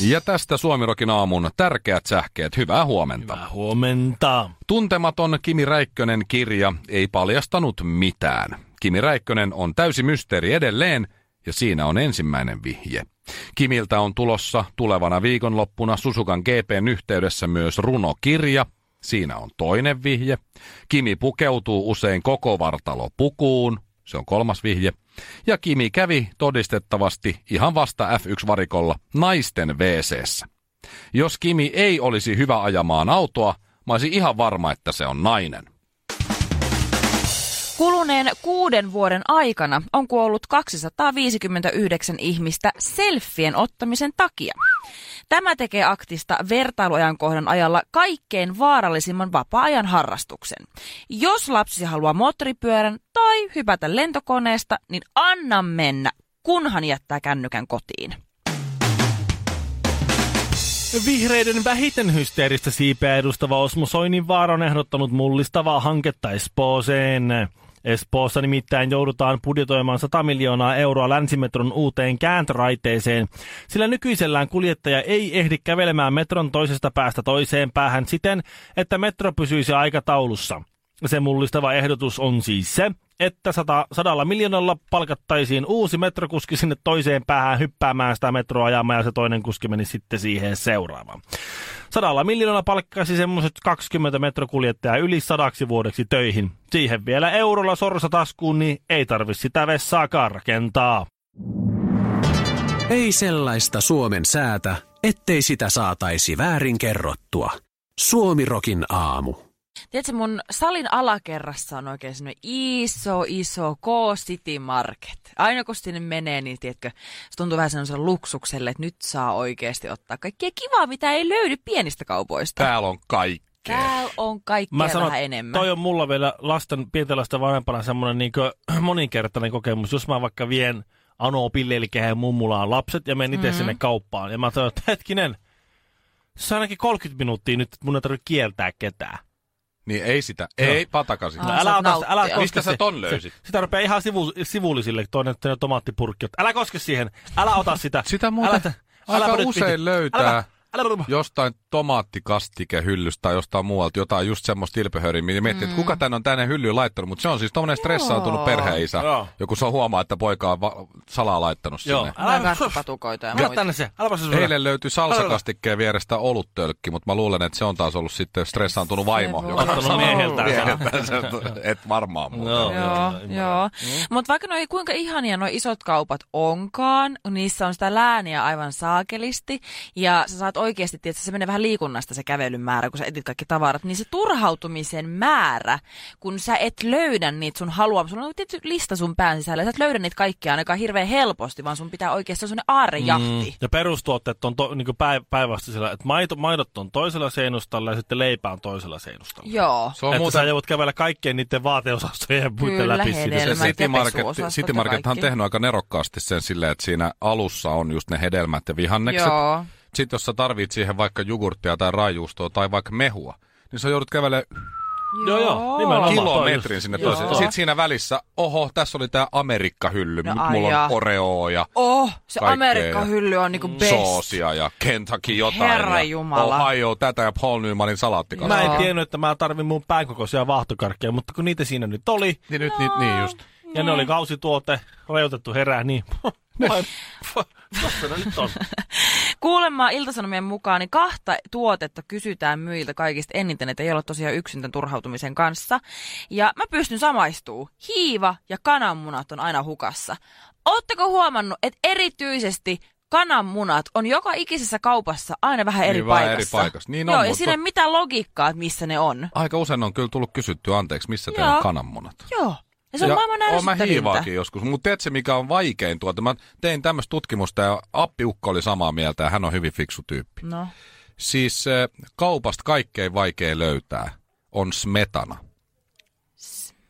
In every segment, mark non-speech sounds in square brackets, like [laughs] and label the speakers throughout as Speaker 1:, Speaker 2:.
Speaker 1: Ja tästä Suomirokin aamun tärkeät sähkeet. Hyvää huomenta.
Speaker 2: Hyvää huomenta.
Speaker 1: Tuntematon Kimi Räikkönen kirja ei paljastanut mitään. Kimi Räikkönen on täysi mysteeri edelleen ja siinä on ensimmäinen vihje. Kimiltä on tulossa tulevana viikonloppuna Susukan GPn yhteydessä myös runokirja. Siinä on toinen vihje. Kimi pukeutuu usein koko vartalo pukuun. Se on kolmas vihje. Ja Kimi kävi todistettavasti ihan vasta F1-varikolla naisten wc Jos Kimi ei olisi hyvä ajamaan autoa, mä olisin ihan varma, että se on nainen.
Speaker 3: Kuluneen kuuden vuoden aikana on kuollut 259 ihmistä selfien ottamisen takia. Tämä tekee aktista vertailuajankohdan ajalla kaikkein vaarallisimman vapaa-ajan harrastuksen. Jos lapsisi haluaa moottoripyörän tai hypätä lentokoneesta, niin anna mennä, kunhan jättää kännykän kotiin.
Speaker 2: Vihreiden vähiten hysteeristä siipeä edustava Osmo Soininvaara on ehdottanut mullistavaa hanketta Espooseen. Espoossa nimittäin joudutaan budjetoimaan 100 miljoonaa euroa länsimetron uuteen kääntöraiteeseen, sillä nykyisellään kuljettaja ei ehdi kävelemään metron toisesta päästä toiseen päähän siten, että metro pysyisi aikataulussa. Se mullistava ehdotus on siis se, että sata, sadalla miljoonalla palkattaisiin uusi metrokuski sinne toiseen päähän hyppäämään sitä metroa ajamaan ja se toinen kuski meni sitten siihen seuraavaan. Sadalla miljoonalla palkkaisi semmoiset 20 metrokuljettajaa yli sadaksi vuodeksi töihin. Siihen vielä eurolla sorsa taskuun, niin ei tarvi sitä vessaakaan rakentaa.
Speaker 4: Ei sellaista Suomen säätä, ettei sitä saataisi väärin kerrottua. Suomirokin aamu.
Speaker 3: Tiedätkö, mun salin alakerrassa on oikein semmoinen iso, iso K-City Market. Aina kun sinne menee, niin tiedätkö, se tuntuu vähän semmoiselle luksukselle, että nyt saa oikeasti ottaa kaikkea kivaa, mitä ei löydy pienistä kaupoista.
Speaker 1: Täällä on kaikki.
Speaker 3: Täällä on kaikkea
Speaker 2: Mä sanon,
Speaker 3: vähän enemmän.
Speaker 2: toi on mulla vielä lasten, pienten lasten vanhempana semmoinen niin moninkertainen kokemus. Jos mä vaikka vien Anopille, eli hänen mummulaan lapset, ja menen itse mm-hmm. sinne kauppaan. Ja mä sanon, että hetkinen, se on ainakin 30 minuuttia nyt, että mun ei tarvitse kieltää ketään.
Speaker 1: Niin ei sitä. Ei, patakasi.
Speaker 3: Aa.
Speaker 2: No, älä,
Speaker 3: saat
Speaker 2: ota, älä
Speaker 3: nauttia.
Speaker 2: koske
Speaker 1: Mistä sä
Speaker 2: se-
Speaker 1: ton löysit?
Speaker 2: Se, sitä rupeaa ihan sivu, sivullisille toinen toinen tomaattipurkki. että Älä koske siihen. Älä ota sitä.
Speaker 1: Sitä muuten
Speaker 2: älä,
Speaker 1: aika
Speaker 2: älä nyt
Speaker 1: usein
Speaker 2: piti.
Speaker 1: löytää.
Speaker 2: Älä, älä, älä,
Speaker 1: jostain tomaattikastikehyllystä tai jostain muualta, jotain just semmoista ilpehöriä, ja miettii, mm. että kuka tän on tänne hyllyyn laittanut, mutta se on siis tommonen stressautunut
Speaker 3: Joo.
Speaker 1: perheisä,
Speaker 2: Joo.
Speaker 1: joku saa huomaa, että poika on va- salaa laittanut
Speaker 2: Joo.
Speaker 1: sinne.
Speaker 3: Mä karkkapatukoita ja
Speaker 2: Älä
Speaker 3: muita.
Speaker 2: tänne se. Älä pääse sulle.
Speaker 1: Mm. Eilen löytyi salsakastikkeen vierestä oluttölkki, mutta mä luulen, että se on taas ollut sitten stressaantunut vaimo,
Speaker 3: voi
Speaker 1: joka
Speaker 3: olla.
Speaker 1: on
Speaker 2: Ottanut mieheltään sen.
Speaker 1: et varmaan muuta.
Speaker 2: Joo, Mm.
Speaker 3: Joo,
Speaker 2: joo,
Speaker 3: joo. Mutta vaikka noi, kuinka ihania nuo isot kaupat onkaan, niissä on sitä lääniä aivan saakelisti. Ja sä saat oikeasti, että se menee vähän liikunnasta se kävelyn määrä, kun sä etit kaikki tavarat. Niin se turhautumisen määrä, kun sä et löydä niitä sun haluamia. Sulla on tietty lista sun pään sisällä. ja Sä et löydä niitä kaikkia ainakaan hirveän helposti, vaan sun pitää oikeasti, se on semmoinen aarejahti.
Speaker 2: Ja perustuotteet on to, niin päin, päinvastaisella, että maito, maidot on toisella seinustalla ja sitten leipä on toisella seinustalla.
Speaker 3: Joo.
Speaker 1: Se
Speaker 2: Että
Speaker 1: on
Speaker 2: sä
Speaker 1: muuten
Speaker 2: joudut kävellä kaikkien niiden vaateosastojen muiden
Speaker 3: Kyllä,
Speaker 2: läpi siitä.
Speaker 1: se
Speaker 3: hedelmät ja
Speaker 1: City Market,
Speaker 3: pesuosastot
Speaker 1: City
Speaker 3: ja
Speaker 1: Market on
Speaker 3: kaikki.
Speaker 1: tehnyt aika nerokkaasti sen silleen, että siinä alussa on just ne hedelmät ja vihannekset.
Speaker 3: Joo.
Speaker 1: Sitten jos sä tarvit siihen vaikka jogurttia tai raajuustoa tai vaikka mehua, niin sä joudut kävelemään
Speaker 2: Joo, joo, nimenomaan.
Speaker 1: kilometrin sinne
Speaker 3: Joo.
Speaker 1: toiseen. Sitten siinä välissä, oho, tässä oli tämä Amerikka-hylly.
Speaker 3: No
Speaker 1: No,
Speaker 3: ai
Speaker 1: Mulla
Speaker 3: jaa.
Speaker 1: on Oreoa ja
Speaker 3: Oh, se
Speaker 1: Kaikkea.
Speaker 3: Amerikka-hylly on
Speaker 2: Mm.
Speaker 3: niinku best.
Speaker 1: soosia ja Kentucky jotain.
Speaker 3: Herra
Speaker 1: ja
Speaker 3: Jumala.
Speaker 1: Ohio tätä ja Paul Newmanin salaattikasta.
Speaker 2: Mä en
Speaker 3: Joo.
Speaker 2: tiennyt, että mä tarvin mun päänkokoisia vahtokarkkeja, mutta kun niitä siinä nyt oli,
Speaker 1: Niin nyt niin, niin just.
Speaker 2: Ja ne oli kausituote, rajoitettu herää, niin... [laughs] Vai- Tossa ne nyt on.
Speaker 3: Kuulemma Iltasanomien mukaan niin kahta tuotetta kysytään myyjiltä kaikista eniten, että ei ole tosiaan yksin tämän turhautumisen kanssa. Ja mä pystyn samaistuu. Hiiva ja kananmunat on aina hukassa. Ootteko huomannut, että erityisesti kananmunat on joka ikisessä kaupassa aina vähän eri
Speaker 1: Niin, vähän
Speaker 3: paikassa.
Speaker 1: eri paikassa. Niin on,
Speaker 3: Joo, ja
Speaker 1: mutta-
Speaker 3: siinä ei mitään logiikkaa, että missä ne on.
Speaker 1: Aika usein on kyllä tullut kysyttyä, anteeksi, missä teillä
Speaker 3: Joo.
Speaker 1: on kananmunat?
Speaker 3: Joo. Ja se on maailman
Speaker 1: oon mä
Speaker 3: ärsyttävintä.
Speaker 1: hiivaakin joskus, mutta tiedätkö se, mikä on vaikein tuota? tuote? Mä tein tämmöistä tutkimusta ja appiukko oli samaa mieltä ja hän on hyvin fiksu tyyppi.
Speaker 3: No.
Speaker 1: Siis äh, kaupasta kaikkein vaikea löytää on smetana.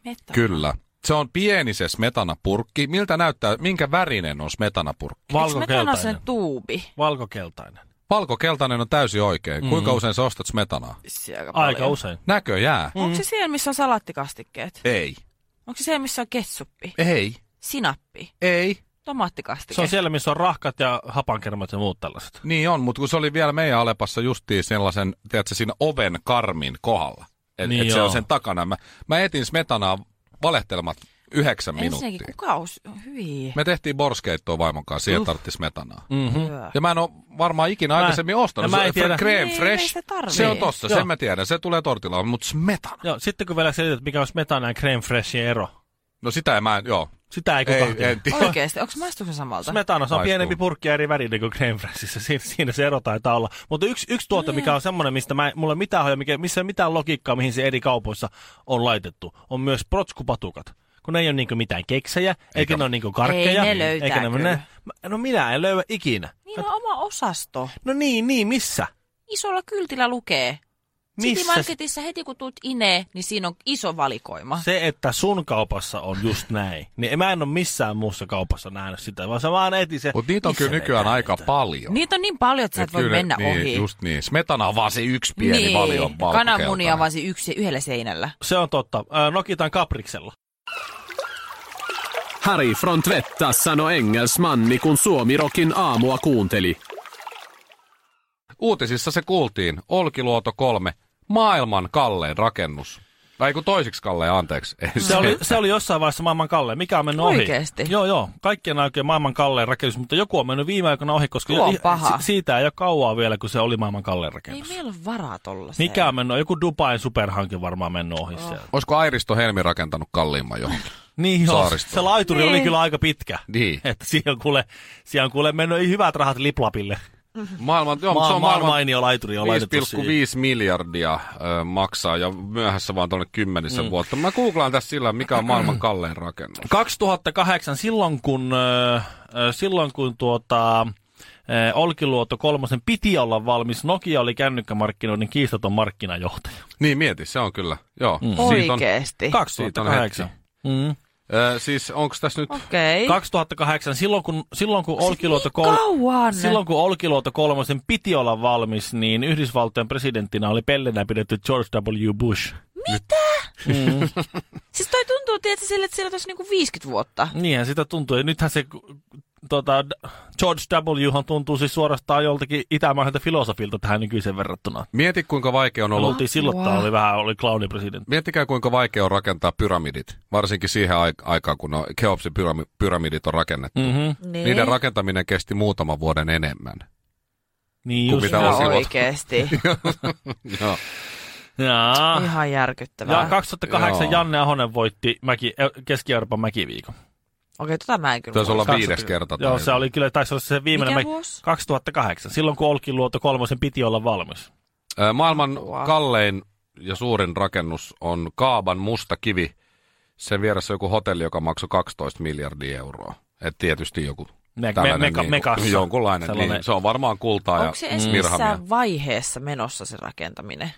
Speaker 3: Metta.
Speaker 1: Kyllä. Se on pieni se smetanapurkki. Miltä näyttää, minkä värinen on smetanapurkki?
Speaker 3: Valkokeltainen. Eikö
Speaker 2: Valkokeltainen.
Speaker 3: sen tuubi?
Speaker 2: Valkokeltainen.
Speaker 1: Valkokeltainen on täysin oikein. Mm. Kuinka usein sä ostat smetanaa?
Speaker 3: Siis Aika,
Speaker 2: Aika
Speaker 3: paljon.
Speaker 2: usein. Mm.
Speaker 1: Näköjää.
Speaker 3: Onko se siellä, missä on salattikastikkeet?
Speaker 1: Mm. Ei.
Speaker 3: Onko se siellä, missä on ketsuppi?
Speaker 1: Ei.
Speaker 3: Sinappi?
Speaker 1: Ei.
Speaker 3: Tomaattikastike?
Speaker 2: Se on siellä, missä on rahkat ja hapankermat ja muut tällaiset.
Speaker 1: Niin on, mutta kun se oli vielä meidän Alepassa justiin sellaisen, tiedätkö, siinä oven karmin kohdalla. Et,
Speaker 2: Niin
Speaker 1: niin et se on
Speaker 2: joo.
Speaker 1: sen takana. Mä, mä etin smetanaa valehtelmat yhdeksän
Speaker 3: Ensinnäkin,
Speaker 1: minuuttia.
Speaker 3: kuka on... Hyi.
Speaker 1: Me tehtiin borskeittoa vaimon kanssa, siihen tarvittiin smetanaa.
Speaker 2: Mm-hmm.
Speaker 3: Hyvä.
Speaker 1: Ja [laughs] mä en ole varmaan ikinä
Speaker 2: Mä-
Speaker 1: aikaisemmin ostanut.
Speaker 2: ja mä en
Speaker 1: Se-
Speaker 2: tiedä.
Speaker 1: Crème
Speaker 3: Niin, ei
Speaker 1: fresh,
Speaker 3: sitä tarvii.
Speaker 1: se on
Speaker 3: Niin.
Speaker 1: tossa,
Speaker 2: Joo.
Speaker 1: sen mä tiedän. Se tulee tortillaan, mutta smetana.
Speaker 2: Joo, sitten kun vielä selität, mikä on smetana ja creme freshin ero.
Speaker 1: No sitä en mä, en- joo.
Speaker 2: Sitä ei
Speaker 1: Ei,
Speaker 2: kukaan tiedä.
Speaker 1: en tiedä.
Speaker 3: Oikeesti, onko maistuuko se samalta?
Speaker 2: Smetana, se on
Speaker 1: Maistuu.
Speaker 2: pienempi purkki ja eri värinen kuin creme freshissa. Siinä, siinä se ero taitaa olla. Mutta yksi, yksi tuote, mikä on semmoinen, mistä mä, en- mulla ei ole mitään hoja, mikä, missä ei ole mitään logiikkaa, mihin se eri kaupoissa on laitettu, on myös protskupatukat. Kun ne ei ole niinku mitään keksejä, eikä, eikä ne ole niinku karkkeja.
Speaker 3: Ei ne löytää
Speaker 2: eikä ne,
Speaker 3: kyllä.
Speaker 2: ne, Mä- no minä en löyä ikinä.
Speaker 3: Niillä Niin on oma osasto.
Speaker 2: No niin, niin, missä?
Speaker 3: Isolla kyltillä lukee. City
Speaker 2: Missä? se-
Speaker 3: Marketissa heti kun tuut inee, niin siinä on iso valikoima.
Speaker 2: Se, että sun kaupassa on just näin, niin mä en ole missään muussa kaupassa nähnyt sitä, vaan sä vaan etin se.
Speaker 1: Mutta niitä on
Speaker 2: missä
Speaker 1: kyllä
Speaker 2: ne
Speaker 1: nykyään
Speaker 2: tää
Speaker 1: aika
Speaker 2: näitä?
Speaker 1: paljon.
Speaker 3: Niitä on niin paljon, että sä
Speaker 1: Et
Speaker 3: et voi
Speaker 1: kyllä,
Speaker 3: mennä
Speaker 1: niin,
Speaker 3: ohi.
Speaker 1: Just niin. Smetana on vaan se yksi pieni
Speaker 3: niin.
Speaker 1: valio
Speaker 3: Kananmunia
Speaker 1: valkokeltainen.
Speaker 3: vaan se yksi, yhdellä seinällä.
Speaker 2: Se on totta. Ö, Nokitan Kapriksella.
Speaker 4: Harry från Tvättas sanoi engelsmanni, kun Suomirokin aamua kuunteli.
Speaker 1: Uutisissa se kuultiin. Olkiluoto 3. Maailman kallein rakennus. Tai kun toisiksi kallein, anteeksi. [laughs] Ei
Speaker 2: Se oli, se oli jossain vaiheessa maailman kallein. Mikä on mennyt ohi?
Speaker 3: Oikeesti?
Speaker 2: Joo, joo. Kaikkien aikojen maailman kallein rakennus, mutta joku on mennyt viime aikoina ohi, koska
Speaker 3: Tuo on
Speaker 2: i-
Speaker 3: paha.
Speaker 2: si- siitä ei ole kauaa vielä, kun se oli maailman kallein
Speaker 3: Ei
Speaker 2: rakennus.
Speaker 3: meillä ole varaa tollaiseen.
Speaker 2: Mikä on mennyt? Joku Dubain superhanke varmaan mennyt ohi oh. sieltä.
Speaker 1: Olisiko Airisto Helmi rakentanut kalliimman
Speaker 2: [laughs]
Speaker 1: johonkin?
Speaker 2: Niin joo,
Speaker 1: Saaristoon.
Speaker 2: se laituri oli
Speaker 3: Niin.
Speaker 2: kyllä aika pitkä.
Speaker 1: Niin.
Speaker 2: Että siihen on kuule, siihen on kuule mennyt hyvät rahat liplapille.
Speaker 1: Maailman, joo,
Speaker 2: Maa,
Speaker 1: mutta se on maailman
Speaker 2: mainio laituri on laitettu siihen.
Speaker 1: 5,5 miljardia ö, maksaa ja myöhässä vaan tuonne kymmenissä mm. vuotta. Mä googlaan tässä sillä, mikä on
Speaker 2: Mm.
Speaker 1: maailman kallein rakennus.
Speaker 2: 2008, silloin kun, ö, ö, silloin kun tuota, ö, Olkiluoto kolmosen piti olla valmis, Nokia oli kännykkämarkkinoiden kiistaton markkinajohtaja.
Speaker 1: Niin, mieti, se on kyllä. Joo. Mm.
Speaker 3: Oikeesti.
Speaker 2: 2008. Mm.
Speaker 1: Ö, siis onko tässä nyt...
Speaker 3: Okei.
Speaker 2: 2008, silloin kun, silloin kun Olkiluoto
Speaker 3: niin kauan?
Speaker 2: silloin kun Olkiluoto kolmosen piti olla valmis, niin Yhdysvaltojen presidenttinä oli pellenä pidetty George W. Bush.
Speaker 3: Siis toi tuntuu tietysti sille, että siellä olisi niinku 50 vuotta.
Speaker 2: Niinhän sitä tuntuu. Ja nythän se tuota, D- George W. han tuntuu siis suorastaan joltakin itämaiselta filosofilta tähän nykyiseen verrattuna.
Speaker 1: Mieti, kuinka vaikea on ollut
Speaker 2: Oltiin silloin, että oli vähän oli clownipresidentti.
Speaker 1: Miettikää, kuinka vaikea on rakentaa pyramidit, varsinkin siihen aik- aikaan, kun no, Keopsin pyrami- pyramidit on rakennettu. Mm.
Speaker 2: Mm-hmm.
Speaker 3: Niin.
Speaker 1: Niiden rakentaminen kesti muutaman vuoden enemmän.
Speaker 2: Niin
Speaker 1: Kun
Speaker 2: just.
Speaker 1: pitää
Speaker 3: Ihan
Speaker 1: olla silloin. [laughs]
Speaker 3: oikeesti.
Speaker 1: Joo.
Speaker 2: Jaa.
Speaker 3: Ihan
Speaker 2: Ja
Speaker 3: järkyttävää.
Speaker 2: 2008
Speaker 1: Joo.
Speaker 2: Janne Ahonen voitti mäki, Keski-Euroopan mäkiviikon.
Speaker 3: Okei, tota mä en kyllä
Speaker 1: Taisi olla
Speaker 3: muista.
Speaker 1: viides kerta. tai-
Speaker 2: Joo, se oli kyllä, taisi olla se viimeinen
Speaker 3: Mikä vuosi?
Speaker 2: 2008, silloin kun Olkiluoto kolmosen piti olla valmis.
Speaker 1: Ö, Maailman
Speaker 3: Wow.
Speaker 1: kallein ja suurin rakennus on Kaaban musta kivi. Sen vieressä on joku hotelli, joka maksoi 12 miljardia euroa. Et tietysti joku
Speaker 2: Me-
Speaker 1: tällainen
Speaker 2: me- meka-
Speaker 1: niin,
Speaker 2: mekassa.
Speaker 1: jonkunlainen.
Speaker 2: Sellainen-
Speaker 1: Niin, se on varmaan kultaa ja
Speaker 3: Onko se edes
Speaker 1: virhamia.
Speaker 3: missään vaiheessa menossa se rakentaminen?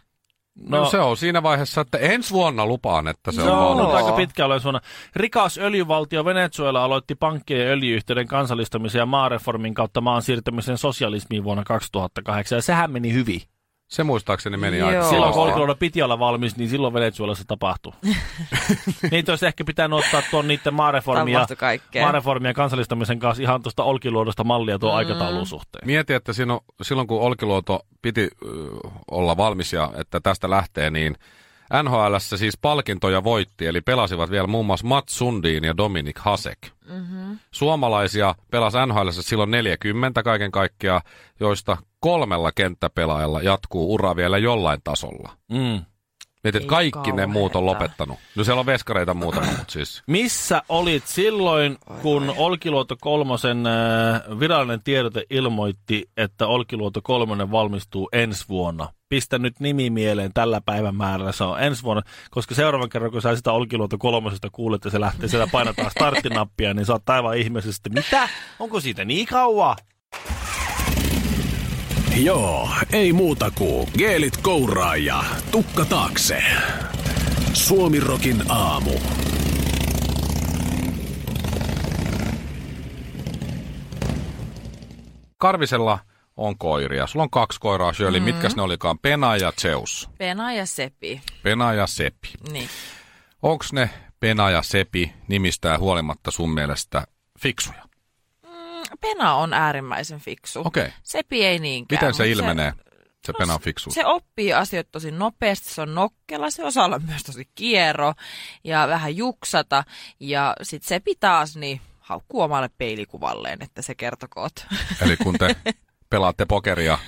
Speaker 1: No, se on siinä vaiheessa, että ensi vuonna lupaan, että se on
Speaker 2: Joo,
Speaker 1: valmis.
Speaker 2: aika pitkä olen suona. Rikas öljyvaltio Venezuela aloitti pankkien ja öljyyhtiöiden kansallistamisen ja maareformin kautta maan siirtämisen sosialismiin vuonna 2008, ja sehän meni hyvin.
Speaker 1: Se muistaakseni meni
Speaker 3: Joo.
Speaker 1: aika
Speaker 2: Silloin kun
Speaker 1: kovasti.
Speaker 2: Olkiluoto piti olla valmis, niin silloin Venezuelassa tapahtui. Niitä olisi ehkä pitänyt ottaa tuon niiden maareformia,
Speaker 3: Tapahtui kaikkea.
Speaker 2: maareformia kansallistamisen kanssa ihan tuosta Olkiluodosta mallia tuon mm. aikataulun suhteen.
Speaker 1: Mieti, että siinä on, silloin kun Olkiluoto piti ö, olla valmis ja että tästä lähtee, niin NHL siis palkintoja voitti, eli pelasivat vielä muun muassa Mats Sundin ja Dominik Hasek. Mm-hmm. Suomalaisia pelasi NHL silloin 40 kaiken kaikkiaan, joista kolmella kenttäpelaajalla jatkuu ura vielä jollain tasolla.
Speaker 2: Mm.
Speaker 1: Mietit, että
Speaker 3: Ei
Speaker 1: kaikki ne
Speaker 3: kauheeta.
Speaker 1: muut on lopettanut. No siellä on veskareita muutama, mutta siis.
Speaker 2: Missä olit silloin, kun Olkiluoto kolmosen äh, virallinen tiedote ilmoitti, että Olkiluoto kolmonen valmistuu ensi vuonna? Pistä nyt nimi mieleen tällä päivän määrällä, se on ensi vuonna, koska seuraavan kerran, kun sä sitä Olkiluoto kolmosesta kuulet ja se lähtee, sieltä painetaan starttinappia, niin sä oot aivan ihmeessä, että mitä? Onko siitä niin kauan?
Speaker 4: Joo, ei muuta kuin geelit kouraa ja tukka taakse. Suomirokin aamu.
Speaker 1: Karvisella on koiria. Sulla on kaksi koiraa, Shirley. Mm.
Speaker 3: Mm-hmm.
Speaker 1: Mitkäs ne olikaan? Pena ja Zeus.
Speaker 3: Pena ja Sepi.
Speaker 1: Pena ja Sepi.
Speaker 3: Niin.
Speaker 1: Onks ne Pena ja Sepi nimistään huolimatta sun mielestä fiksuja?
Speaker 3: Pena on äärimmäisen fiksu.
Speaker 1: Okei. Okay.
Speaker 3: Sepi ei niinkään.
Speaker 1: Miten se
Speaker 3: mutta
Speaker 1: ilmenee, se
Speaker 3: no
Speaker 1: Pena on
Speaker 3: se-
Speaker 1: fiksuus?
Speaker 3: Se oppii asiat tosi nopeasti, se on nokkela, se osaa olla myös tosi kiero ja vähän juksata. Ja sit Sepi taas niin haukkuu omalle peilikuvalleen, että [laughs] se kertokoot.
Speaker 1: Eli kun te pelaatte pokeria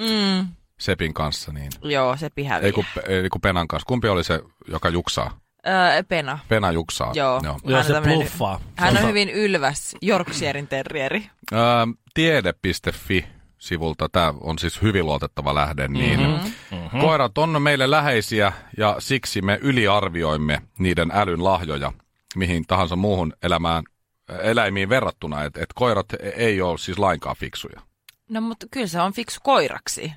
Speaker 3: Mm,
Speaker 1: Sepin kanssa, niin...
Speaker 3: joo, Sepi häviää.
Speaker 1: Ei kun, ei kun Penan kanssa. Kumpi oli se, joka juksaa?
Speaker 3: Öö, Pena.
Speaker 1: Pena juksaa.
Speaker 3: Joo.
Speaker 2: Joo,
Speaker 3: Hän
Speaker 2: se
Speaker 3: tämmönen-
Speaker 2: bluffaa.
Speaker 3: Hän on hyvin ylväs Yorkshirein terrieri.
Speaker 1: Öö, tiede.fi-sivulta, tämä on siis hyvin luotettava lähde, niin mm-hmm. koirat on meille läheisiä ja siksi me yliarvioimme niiden älyn lahjoja mihin tahansa muuhun elämään, eläimiin verrattuna, että et koirat e- ei ole siis lainkaan fiksuja.
Speaker 3: No mutta kyllä se on fiksu koiraksi.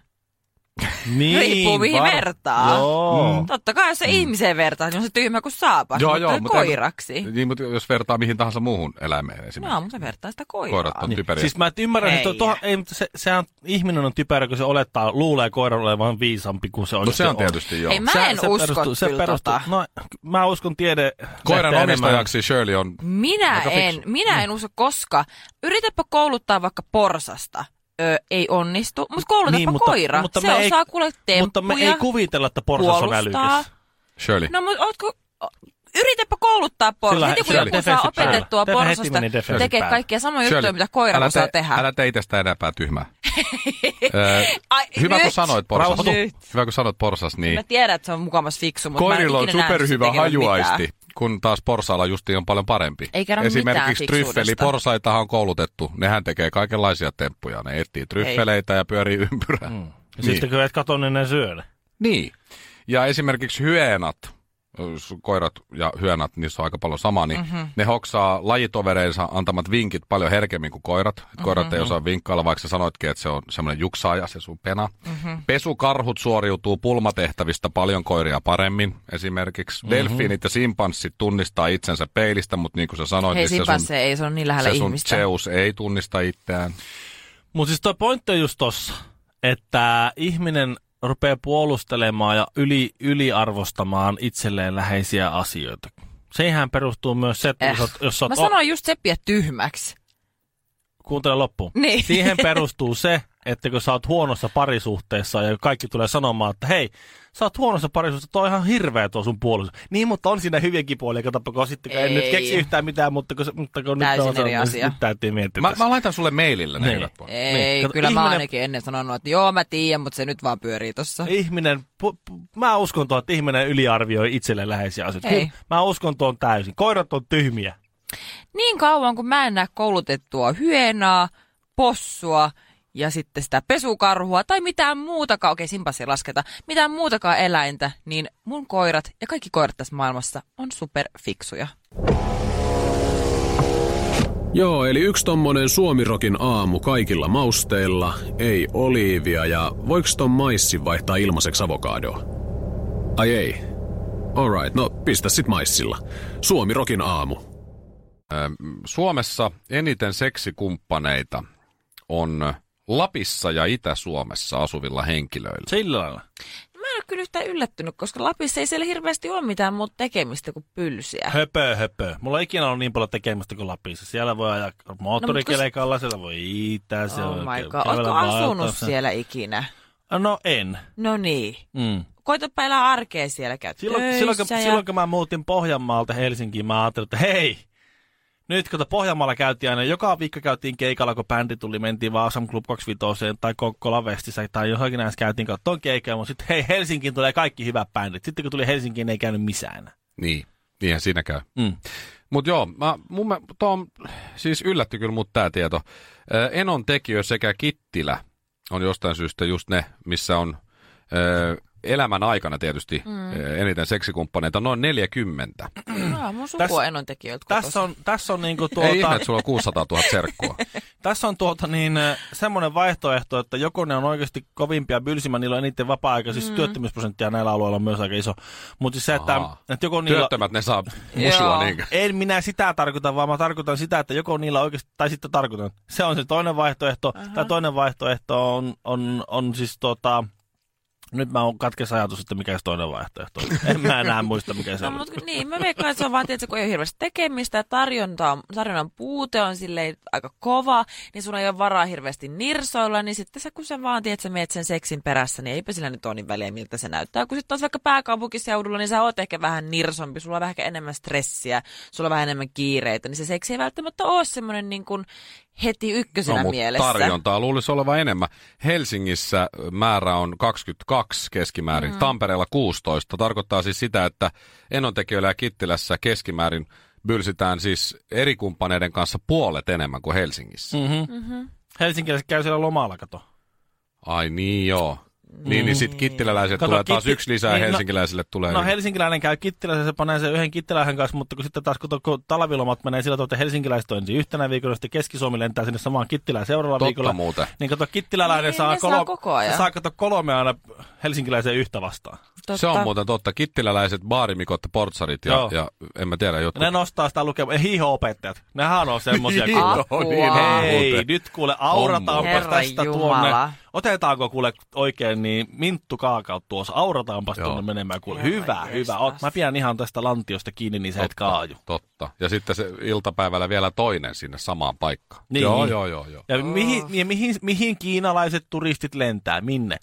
Speaker 2: Niin,
Speaker 3: Riippuu mihin
Speaker 2: var-
Speaker 3: vertaa. Mm.
Speaker 2: Joo. Mm.
Speaker 3: Totta kai jos se ihmiseen vertaa, niin on se tyhmä kuin saapa.
Speaker 1: Joo,
Speaker 3: mutta
Speaker 1: joo, mutta-
Speaker 3: koiraksi.
Speaker 1: Niin, mutta jos vertaa mihin tahansa muuhun eläimeen esimerkiksi.
Speaker 3: No, mutta vertaa sitä koiraa.
Speaker 1: Koirat on typeriä.
Speaker 2: Siis mä et ymmärrä,
Speaker 3: Ei.
Speaker 2: että tuohon, ei, mutta se, sehän ihminen on typerä, kun se olettaa, luulee koiran olevan viisampi kuin se on.
Speaker 1: no se on tietysti joo.
Speaker 3: Ei, mä en usko kyllä tota.
Speaker 2: No, mä uskon tiede.
Speaker 1: Koiran
Speaker 2: lehteen
Speaker 1: omistajaksi Shirley on
Speaker 3: Minä
Speaker 1: Aika
Speaker 3: en,
Speaker 1: fiksu.
Speaker 3: minä
Speaker 2: Mm.
Speaker 3: en usko, koska yritäpä kouluttaa vaikka porsasta. Ö, ei onnistu, mutta koulutapa
Speaker 2: Niin, mutta-
Speaker 3: koira.
Speaker 2: mutta
Speaker 3: se
Speaker 2: me ei-
Speaker 3: osaa kuule temppuja,
Speaker 2: enemmän. Mutta me ei kuvitella, että porsas on
Speaker 3: puolustaa.
Speaker 2: älykäs.
Speaker 1: Shirley.
Speaker 3: No mutta ootko... o- Yritäpä kouluttaa porsa.
Speaker 2: Sillä-
Speaker 3: Heti kun
Speaker 2: sillä-
Speaker 3: joku saa
Speaker 2: defensi päällä.
Speaker 3: opetettua
Speaker 2: Tehdään heti
Speaker 3: porsasta,
Speaker 2: meni defensi
Speaker 3: tekee
Speaker 2: päällä.
Speaker 3: kaikkia samoja juttuja, mitä koira
Speaker 1: älä
Speaker 3: osaa
Speaker 1: tee-
Speaker 3: tehdä.
Speaker 1: Älä tee itsestä enempää
Speaker 3: [laughs]
Speaker 1: tyhmää. Ö,
Speaker 3: Ai,
Speaker 1: hyvä kun
Speaker 3: nyt.
Speaker 1: sanoit porsas.
Speaker 3: Rauhoitu. Nyt.
Speaker 1: Hyvä kun sanoit porsas,
Speaker 3: Mä
Speaker 1: niin
Speaker 3: tiedän, että se on mukamas fiksu, mutta
Speaker 1: koirilla
Speaker 3: mä
Speaker 1: on
Speaker 3: en ikinä nähnyt sen
Speaker 1: superhyvä
Speaker 3: tekevän
Speaker 1: hajuaisti,
Speaker 3: mitään.
Speaker 1: kun taas porsaalla justiin on paljon parempi.
Speaker 3: Ei kerro mitään
Speaker 1: Esimerkiksi
Speaker 3: fiksuudesta.
Speaker 1: tryffeli porsaitahan on koulutettu. Nehän tekee kaikenlaisia temppuja. Ne etsii tryffeleitä ja pyörii ympyrää. Mm.
Speaker 2: Ja Sitten kun et katso, niin ne syö ne.
Speaker 1: Niin. Ja esimerkiksi hyeenat, jos koirat ja hyönat, niissä on aika paljon sama, niin
Speaker 3: Mhm.
Speaker 1: mm-hmm. ne hoksaa lajitovereensa antamat vinkit paljon herkemmin kuin koirat. Et Koirat
Speaker 3: Mhm.
Speaker 1: mm-hmm. ei osaa vinkkailla, vaikka sä sanoitkin, että se on semmoinen juksaaja, se sun pena.
Speaker 3: Mhm.
Speaker 1: Mm-hmm. Pesukarhut suoriutuu pulmatehtävistä paljon koiria paremmin esimerkiksi.
Speaker 3: Mhm.
Speaker 1: Mm-hmm. Delfiinit ja simpanssit tunnistaa itsensä peilistä, mutta niin kuin sä sanoit,
Speaker 3: Hei,
Speaker 1: niin
Speaker 3: sinpä
Speaker 1: se sun,
Speaker 3: se ei, se on niin lähellä
Speaker 1: se sun
Speaker 3: ihmistä.
Speaker 1: Zeus ei tunnista itseään.
Speaker 2: Mutta siis toi pointti on just tossa, että ihminen rupeaa puolustelemaan ja yli, yliarvostamaan itselleen läheisiä asioita. Seihän perustuu myös se, että
Speaker 3: Eh.
Speaker 2: jos oot- jos sä
Speaker 3: Mä
Speaker 2: oot
Speaker 3: sanoin just seppiä tyhmäksi.
Speaker 2: Kuuntele loppuun.
Speaker 3: Niin. [laughs]
Speaker 2: Siihen perustuu se, että kun sä oot huonossa parisuhteessa ja kaikki tulee sanomaan, että hei, sä oot huonossa parisuhteessa, toi on ihan hirveä tuo sun puoliso. Niin, mutta on siinä hyviäkin puolia, katsoppa, kun sitten kun en
Speaker 3: Ei.
Speaker 2: nyt keksi yhtään mitään, mutta kun, se- mutta kun
Speaker 3: Täysin
Speaker 2: nyt, on,
Speaker 3: eri asia.
Speaker 2: nyt täytyy miettiä.
Speaker 1: Mä,
Speaker 2: tässä.
Speaker 1: mä laitan sulle mailillä ne
Speaker 2: Niin.
Speaker 1: hyvät puolet.
Speaker 3: Ei,
Speaker 2: Niin, kato,
Speaker 3: kyllä ihminen... mä
Speaker 2: ihminen-
Speaker 3: ainakin ennen sanonut, että joo mä tiedän, mutta se nyt vaan pyörii tossa.
Speaker 2: Ihminen, pu, pu, mä uskon tuon, että ihminen yliarvioi itselleen läheisiä asioita.
Speaker 3: Ei.
Speaker 2: Kun- Mä uskon tuon täysin. Koirat on tyhmiä.
Speaker 3: Niin kauan kun mä en näe koulutettua hyenaa, possua ja sitten sitä pesukarhua tai mitään muutakaan, okei simpas ei lasketa, mitään muutakaan eläintä, niin mun koirat ja kaikki koirat tässä maailmassa on superfiksuja.
Speaker 4: Joo, eli yksi tommonen suomirokin aamu kaikilla mausteilla, ei oliivia ja voiks ton maissi vaihtaa ilmaiseksi avokadoa? Ai ei. Alright, no pistä sit maissilla. Suomirokin aamu.
Speaker 1: Suomessa eniten seksikumppaneita on Lapissa ja Itä-Suomessa asuvilla henkilöillä.
Speaker 2: Sillä lailla.
Speaker 3: No Mä en ole kyllä yhtään yllättynyt, koska Lapissa ei siellä hirveästi ole mitään muuta tekemistä kuin pylsiä.
Speaker 2: Höpö, höpö. Mulla ei ikinä ollut niin paljon tekemistä kuin Lapissa. Siellä voi ajaa moottorikelekalla, siellä voi itää, siellä
Speaker 3: Oh
Speaker 2: voi
Speaker 3: my
Speaker 2: kä-
Speaker 3: god,
Speaker 2: kävellä
Speaker 3: ootko asunut
Speaker 2: valtaossa.
Speaker 3: siellä ikinä?
Speaker 2: No en.
Speaker 3: No niin.
Speaker 2: Mm.
Speaker 3: Koitapa elää arkea siellä, käy
Speaker 2: Silloin,
Speaker 3: töissä
Speaker 2: silloin, kun,
Speaker 3: ja...
Speaker 2: silloin kun mä muutin Pohjanmaalta Helsinkiin, mä ajattelin, että hei, nyt kun tuota Pohjanmaalla käytiin aina, joka viikko käytiin keikalla, kun bändi tuli, mentiin Vaasan Club 25 tai Kokkola Vestissä tai johonkin näissä käytiin kattoon keikkaa, mutta sitten hei, Helsinkiin tulee kaikki hyvät bändit. Sitten kun tuli Helsinkiin, ei käynyt missään.
Speaker 1: Niin, niinhän siinä käy.
Speaker 2: Mm.
Speaker 1: Mutta joo, mä, mun, mä, on, siis yllätti kyllä mut tää tieto. Ö, Enon tekiö sekä Kittilä on jostain syystä just ne, missä on ö, elämän aikana tietysti mm. eniten seksikumppaneita, noin 40.
Speaker 3: No, mun sukua en on tekijöiltä
Speaker 2: Tässä on, tässä on niinku
Speaker 1: Tuota... Ei ihme,
Speaker 2: tuota,
Speaker 1: että sulla on 600 000 serkkua.
Speaker 2: tässä on tuota niin, äh, semmoinen vaihtoehto, että joko ne on oikeasti kovimpia bylsimä, niillä on eniten vapaa-aika, siis mm. työttömyysprosenttia näillä alueilla on myös aika iso. Mutta siis se, että,
Speaker 1: Ahaa.
Speaker 2: että joko niillä...
Speaker 1: Työttömät ne saa niin. musua
Speaker 3: Joo.
Speaker 1: niinkö?
Speaker 2: En minä sitä tarkoita, vaan mä tarkoitan sitä, että joko niillä oikeasti, tai sitten tarkoitan. Se on se toinen vaihtoehto, uh-huh. tai toinen vaihtoehto on, on, on siis tota, nyt mä oon katkes ajatus, että mikä se toinen vaihtoehto on. En mä enää muista, mikä se
Speaker 3: No,
Speaker 2: on.
Speaker 3: mut, kun- niin, mä veikkaan, että se on vaan, tietysti, kun ei ole hirveästi tekemistä, ja tarjonta on, tarjonnan puute on silleen aika kova, niin sulla ei ole varaa hirveästi nirsoilla, niin sitten sä, kun sä vaan tiedät, sä meet sen seksin perässä, niin eipä sillä nyt ole niin väliä, miltä se näyttää. Kun sitten taas vaikka pääkaupunkiseudulla, niin sä oot ehkä vähän nirsompi, sulla on vähän ehkä enemmän stressiä, sulla on vähän enemmän kiireitä, niin se seksi ei välttämättä ole semmoinen niin kuin heti ykkösenä
Speaker 1: No mut
Speaker 3: mielessä.
Speaker 1: tarjontaa luulisi olevan enemmän. Helsingissä määrä on 22 keskimäärin, mm. Tampereella 16. Tarkoittaa siis sitä, että enontekijöillä ja Kittilässä keskimäärin bylsitään siis eri kumppaneiden kanssa puolet enemmän kuin Helsingissä. Mm.
Speaker 2: Mm-hmm. Mm-hmm. Helsinkiläiset käy siellä lomalla, kato.
Speaker 1: Ai niin joo. Niin, niin sitten kittiläläiset
Speaker 2: Kato,
Speaker 1: tulee taas
Speaker 2: kitti-
Speaker 1: yksi lisää ja
Speaker 2: niin, no-
Speaker 1: helsinkiläisille tulee.
Speaker 2: No
Speaker 1: yksi.
Speaker 2: helsinkiläinen käy kittilässä, se panee sen yhden kittiläisen kanssa, mutta kun sitten taas kun, kun talvilomat menee sillä tavalla, että helsinkiläiset on ensin yhtenä viikolla, sitten Keski-Suomi lentää sinne samaan kittilään seuraavalla
Speaker 1: Totta
Speaker 2: viikolla.
Speaker 1: muuten.
Speaker 2: Niin kato, kittiläläinen
Speaker 3: Niin,
Speaker 2: saa,
Speaker 3: ne saa koko ajan.
Speaker 2: se saa kato kolme aina helsinkiläiseen yhtä vastaan.
Speaker 3: Totta.
Speaker 1: Se on muuten totta. Kittiläläiset baarimikot, portsarit ja,
Speaker 2: Joo. no,
Speaker 1: ja en mä tiedä jotkut. [laughs]
Speaker 2: Ne nostaa sitä lukemaa. Hiiho-opettajat, nehän on semmosia.
Speaker 1: Hiiho,
Speaker 2: kuule.
Speaker 3: niin on
Speaker 2: Hei,
Speaker 1: muuten.
Speaker 2: nyt kuule, aurataanpas
Speaker 3: Herran
Speaker 2: tästä
Speaker 3: Jumala.
Speaker 2: tuonne. Otetaanko kuule oikein niin minttu kaakaut tuossa, aurataanpas
Speaker 1: Joo.
Speaker 2: tuonne menemään kuule.
Speaker 3: Herran
Speaker 2: Hyvä, hyvä. Ot, mä pidän ihan tästä lantiosta kiinni, niin sä et kaaju.
Speaker 1: Totta. Ja sitten se iltapäivällä vielä toinen sinne samaan paikkaan.
Speaker 2: Niin.
Speaker 1: Joo, joo, joo, joo.
Speaker 2: Ja mihin, ja mihin, mihin kiinalaiset turistit lentää? Minne?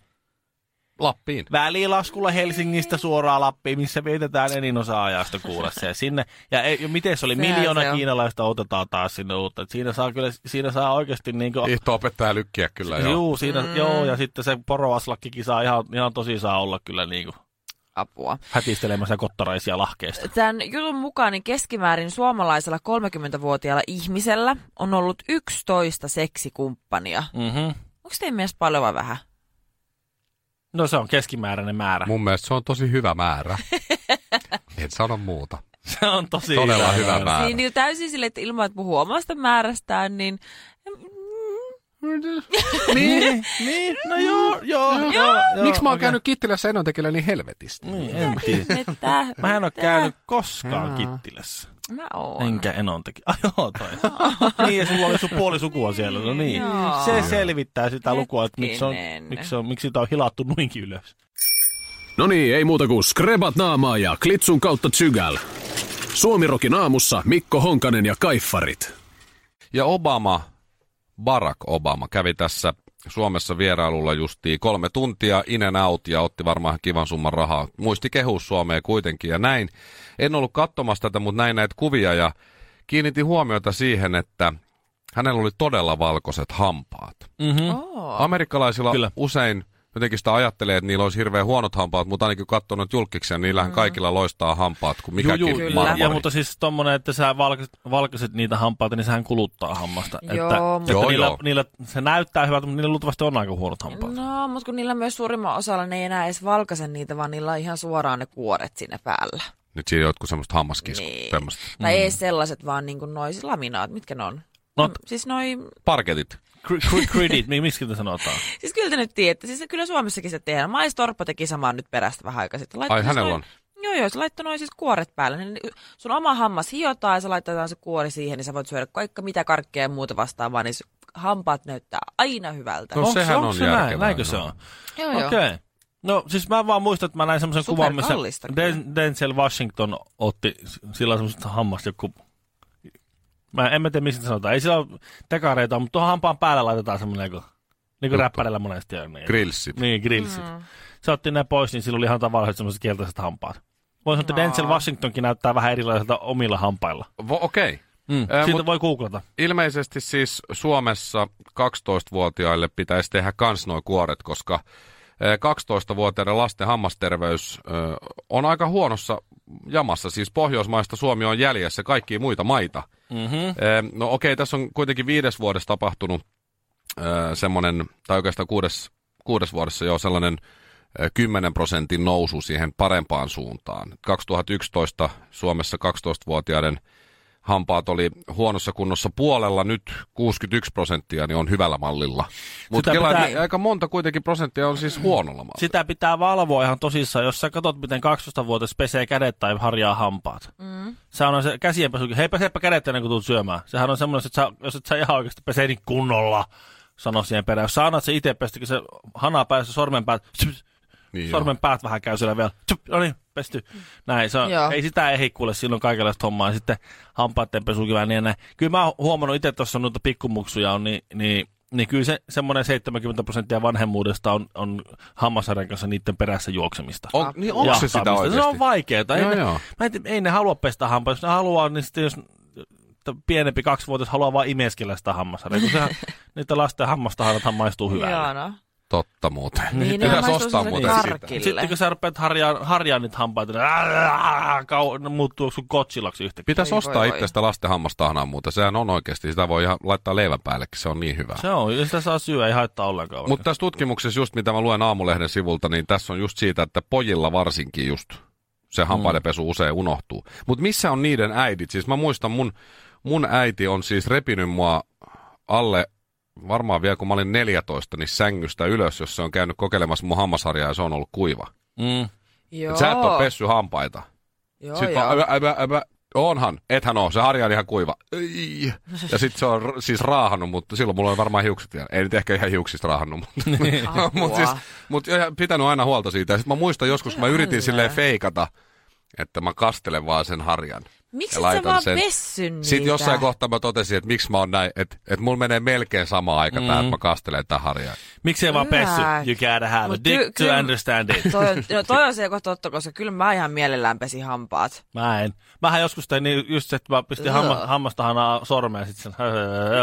Speaker 1: Lappiin.
Speaker 2: Välilaskulla Helsingistä suoraan Lappiin, missä vietetään eninosa ajasta kuulla se sinne. Ja, ei, ja miten se oli?
Speaker 3: Sehän
Speaker 2: Miljoona
Speaker 3: se on.
Speaker 2: kiinalaista otetaan taas sinne uutta. Et Siinä saa kyllä, siinä saa oikeasti niin kuin,
Speaker 1: Ihto opettaa lykkiä kyllä joo.
Speaker 2: juu, siinä, mm. joo, ja sitten se poroaslakkikin saa ihan, ihan tosi saa olla kyllä niin kuin,
Speaker 3: Apua.
Speaker 2: hätistelemässä kottaraisia lahkeista.
Speaker 3: Tämän jutun mukaan niin keskimäärin suomalaisella 30-vuotiaalla ihmisellä on ollut 11 seksikumppania.
Speaker 2: Mm-hmm.
Speaker 3: Onko teidän mielestä paljon vai vähän?
Speaker 2: No se on keskimääräinen määrä.
Speaker 1: Mun mielestä se on tosi hyvä määrä. Et sano muuta.
Speaker 2: [laughs] se on tosi
Speaker 1: Todella hyvä määrä.
Speaker 3: Niin, niin täysin sille, että ilman, että puhuu omasta määrästään, niin
Speaker 1: No,
Speaker 2: niin, niin, no joo, joo. joo, joo
Speaker 1: Miksi mä oon
Speaker 2: okei.
Speaker 1: käynyt Kittilässä enontekijöillä niin helvetisti?
Speaker 2: Niin, en tiedä.
Speaker 3: mitä?
Speaker 2: Mä en ole
Speaker 3: mitä?
Speaker 2: käynyt koskaan Kittilässä.
Speaker 3: Mä oon.
Speaker 2: Enkä enontekin. Ai [laughs] joo, toi.
Speaker 3: [laughs]
Speaker 2: niin, ja sulla oli sun puoli sukua siellä, no niin.
Speaker 3: Joo.
Speaker 2: Se selvittää sitä lukua, että miksi, on,
Speaker 3: Hetkinen.
Speaker 2: miksi, on, miksi sitä on hilattu nuinkin ylös.
Speaker 4: No niin, ei muuta kuin skrebat naamaa ja klitsun kautta tsygäl. Suomirokin aamussa Mikko Honkanen ja Kaiffarit.
Speaker 1: Ja Obama, Barack Obama, kävi tässä Suomessa vierailulla justiin kolme tuntia in and out ja otti varmaan kivan summan rahaa. Muisti kehu Suomeen kuitenkin ja näin. En ollut katsomassa tätä, mutta näin näitä kuvia ja kiinnitin huomiota siihen, että hänellä oli todella valkoiset hampaat. Amerikkalaisilla
Speaker 2: Kyllä.
Speaker 1: Kyllä. usein jotenkin sitä ajattelee, että niillä olisi hirveän huonot hampaat, mutta ainakin kun katsoo noita julkiksia, niin niillähän kaikilla loistaa hampaat kuin mikäkin
Speaker 3: Kyllä.
Speaker 1: marmori.
Speaker 2: Ja, mutta siis tommonen, että sä valkaset, valkaset niitä hampaita, niin sehän kuluttaa hammasta.
Speaker 3: Joo,
Speaker 2: että,
Speaker 3: mutta-
Speaker 2: että
Speaker 1: Joo,
Speaker 2: niillä,
Speaker 1: joo.
Speaker 2: niillä, se näyttää hyvältä, mutta niillä luultavasti on aika huonot hampaat.
Speaker 3: No, mutta kun niillä myös suurimman osalla ne ei enää edes valkaise niitä, vaan niillä on ihan suoraan ne kuoret siinä päällä.
Speaker 1: Nyt siinä on jotkut semmoista hammaskiskut,
Speaker 3: Niin.
Speaker 1: niin. tämmöistä.
Speaker 3: Tai ei sellaiset, vaan niin kuin noi siis laminaat, mitkä ne on?
Speaker 2: Mm. No-
Speaker 3: siis noi
Speaker 1: Parketit.
Speaker 2: Cre- cre- Credit, mi- miksi sitä sanotaan?
Speaker 3: Siis kyllä te nyt tiedätte. Siis kyllä Suomessakin se tehdään. Mais Torppa teki samaa nyt perästä vähän aikaa sitten. Laittoi
Speaker 1: Ai,
Speaker 3: siis
Speaker 1: hänellä
Speaker 3: noin-
Speaker 1: on?
Speaker 3: Joo, joo, se laittoi noin siis kuoret päälle. Niin sun oma hammas hiotaan ja se laitetaan se kuori siihen, niin sä voit syödä kaikka mitä karkkeja ja muuta vastaavaa, niin sun hampaat näyttää aina hyvältä.
Speaker 1: No, sehän on
Speaker 2: se näin?
Speaker 1: järkevää,
Speaker 2: Näinkö se
Speaker 1: joo.
Speaker 2: on?
Speaker 3: joo,
Speaker 2: Okei.
Speaker 3: joo.
Speaker 2: Okay. No siis mä vaan muistan, että mä näin semmoisen kuvan, missä
Speaker 3: Superkallista kyllä.
Speaker 2: Den- Denzel Washington otti s- sillä semmoiset hammasta joku... Mä en mä tiedä, miksi sitä sanotaan. Ei sillä ole tekareita, mutta tuohon hampaan päälle laitetaan semmoinen joku... Niin kuin räppärillä monesti on. Niin,
Speaker 1: Grillsit.
Speaker 2: niin grillsit. Mm. Se otti ne pois, niin sillä oli ihan tavalliset semmoiset keltaiset hampaat. Voin sanoa, että Denzel Washingtonkin näyttää vähän erilaiselta omilla hampailla.
Speaker 1: Niin. Vo- Okei. Okay.
Speaker 2: Mm.
Speaker 1: Ää,
Speaker 2: Siitä
Speaker 1: mut-
Speaker 2: voi googlata.
Speaker 1: Ilmeisesti siis Suomessa 12-vuotiaille pitäisi tehdä kans noi kuoret, koska eh, 12-vuotiaiden lasten hammasterveys ö, on aika huonossa jamassa. Siis Pohjoismaista Suomi on jäljessä kaikkia muita maita.
Speaker 2: Mm-hmm.
Speaker 1: Ehm, No okei, okay, tässä on kuitenkin viides vuodessa tapahtunut äh, semmoinen, tai oikeastaan kuudes, kuudes vuodessa jo sellainen 10 prosentin nousu siihen parempaan suuntaan. 2011 Suomessa 12-vuotiaiden hampaat oli huonossa kunnossa puolella, nyt 61 prosenttia niin on hyvällä mallilla. Mutta
Speaker 2: Sitä
Speaker 1: pitää...
Speaker 2: pitää-
Speaker 1: niin aika monta kuitenkin prosenttia on siis huonolla mallilla.
Speaker 2: Sitä pitää valvoa ihan tosissaan, jos sä katot, miten 12-vuotias pesee kädet tai harjaa hampaat. Mm. Sehän on se käsienpesukin. Hei, peseepä kädet ennen kuin tulet syömään. Sehän on semmoinen, että sä, jos et sä ihan oikeasti pesee niin kunnolla, sano siihen perään. Jos sä annat se itse pestä, kun se hana päässä sormen päät,
Speaker 1: Niin
Speaker 2: niin
Speaker 1: joo.
Speaker 2: sormen päät vähän käy siellä vielä. Tsyp, no niin, pesty. Näin, se on,
Speaker 3: Joo.
Speaker 2: ei sitä ehdi kuule silloin kaikenlaista hommaa. Sitten hampaiden pesukin vähän niin ja näin. Kyllä mä oon huomannut itse tuossa noita pikkumuksuja on, niin, niin niin kyllä se semmoinen 70 prosenttia vanhemmuudesta on, on hammasharjan kanssa niiden perässä juoksemista.
Speaker 1: On, niin onko se sitä
Speaker 2: Jahtaamista.
Speaker 1: oikeasti?
Speaker 2: Se on vaikeaa. Ei,
Speaker 1: Joo,
Speaker 2: ne-
Speaker 1: joo.
Speaker 2: Mä en, tiedä, ei ne halua pestä hampaa. Jos ne haluaa, niin sitten jos t- pienempi kaksivuotias haluaa vaan imeskellä sitä hammasharjaa, kun sehän, niitä lasten hammastaharjathan maistuu
Speaker 3: Joo,
Speaker 2: hyvältä.
Speaker 3: no.
Speaker 1: Totta muuten.
Speaker 3: Niin, ne
Speaker 1: Pitäisi
Speaker 3: maistuu
Speaker 1: ostaa
Speaker 3: sellaiselle
Speaker 1: muuten sitä.
Speaker 3: karkille.
Speaker 2: Sitten kun sä rupeat harjaa, harjaa niitä hampaita, niin ää, kau, ne muuttuu sun kotsilaksi yhtäkkiä.
Speaker 1: Pitäisi
Speaker 3: Oi,
Speaker 1: ostaa
Speaker 3: voi,
Speaker 1: itse
Speaker 3: voi.
Speaker 1: sitä lasten hammastahnaa muuten. Sehän on oikeasti, sitä voi ihan laittaa leivän päällekin, se on niin hyvä.
Speaker 2: Se on, jos sitä saa syödä, ei haittaa ollenkaan.
Speaker 1: Mutta tässä tutkimuksessa just mitä mä luen aamulehden sivulta, niin tässä on just siitä, että pojilla varsinkin just se hampaidenpesu usein unohtuu. Mutta missä on niiden äidit? Siis mä muistan mun, mun äiti on siis repinyt mua alle varmaan vielä kun mä olin 14, niin sängystä ylös, jos se on käynyt kokeilemassa mun hammasharjaa ja se on ollut kuiva.
Speaker 2: mm.
Speaker 3: Joo.
Speaker 1: Et sä et ole pessy hampaita.
Speaker 3: Joo,
Speaker 1: Sitten
Speaker 3: joo.
Speaker 1: vaan, ä, ä, ä, ä, onhan, ethän oo, se harja on ihan kuiva. Ei. Ja sitten se on r- siis raahannut, mutta silloin mulla on varmaan hiukset vielä. Ei nyt ehkä ihan hiuksista raahannut, mutta
Speaker 3: Apua.
Speaker 1: [laughs] mut siis, mut ihan pitänyt aina huolta siitä. Sitten mä muistan joskus, kun mä yritin
Speaker 3: Kyllä.
Speaker 1: silleen feikata, että mä kastelen vaan sen harjan.
Speaker 3: Miksi
Speaker 1: ja
Speaker 3: et sä
Speaker 1: laitan
Speaker 3: vaan
Speaker 1: sen-
Speaker 3: pessy niitä?
Speaker 1: Sitten jossain kohtaa mä totesin, että miksi mä oon näin, että, että mulla menee melkein sama aika mm. tää, että mä kastelen tämän harjan.
Speaker 2: Miksei vaan
Speaker 3: Hyvä.
Speaker 2: pessy? You gotta have a
Speaker 3: Mut
Speaker 2: dick
Speaker 3: ky-
Speaker 2: to
Speaker 3: kyllä-
Speaker 2: understand it.
Speaker 3: Toi on, no toi on se joko totta, koska kyllä mä ihan mielellään pesin hampaat.
Speaker 2: Mä en. Mähän joskus tein niin just se, että mä pistin
Speaker 3: Joo.
Speaker 2: hamma, hammastahanaa sormeen ja sit sen.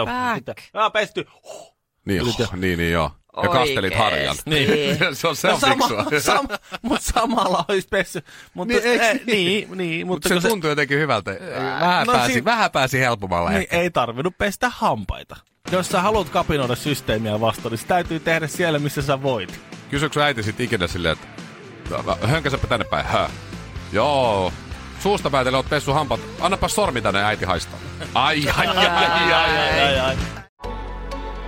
Speaker 3: Back.
Speaker 2: Mitä? Mä pesty. Huh.
Speaker 1: Niin,
Speaker 2: Kyllä.
Speaker 1: oh, niin, niin joo. Ja kastelit harjan.
Speaker 3: Oikeesti. No
Speaker 1: [laughs]
Speaker 2: Niin.
Speaker 1: se on, se on
Speaker 2: sama,
Speaker 1: fiksua.
Speaker 2: [laughs] sama, mutta samalla olisi pessy. Mutta,
Speaker 1: Niin,
Speaker 2: niin,
Speaker 1: eikö niin?
Speaker 2: eh, niin, niin,
Speaker 1: Mutta
Speaker 2: mutta
Speaker 1: se,
Speaker 2: kun
Speaker 1: se tuntuu jotenkin hyvältä. Vähän, no,
Speaker 2: No
Speaker 1: pääsi,
Speaker 2: si-
Speaker 1: vähän pääsi helpommalla
Speaker 2: niin,
Speaker 1: ehkä.
Speaker 2: ei tarvinnut pestä hampaita. Jos sä haluat kapinoida systeemiä vastaan, niin se täytyy tehdä siellä, missä sä voit.
Speaker 1: Kysyykö sun äiti sit ikinä silleen, että hönkäsäpä tänne päin? Hä? Joo. Suusta päätellä oot pessu hampat. Annapa sormi tänne äiti haistaa. [laughs] Ai, ai, ai, ai, ai, ai.
Speaker 2: ai, ai.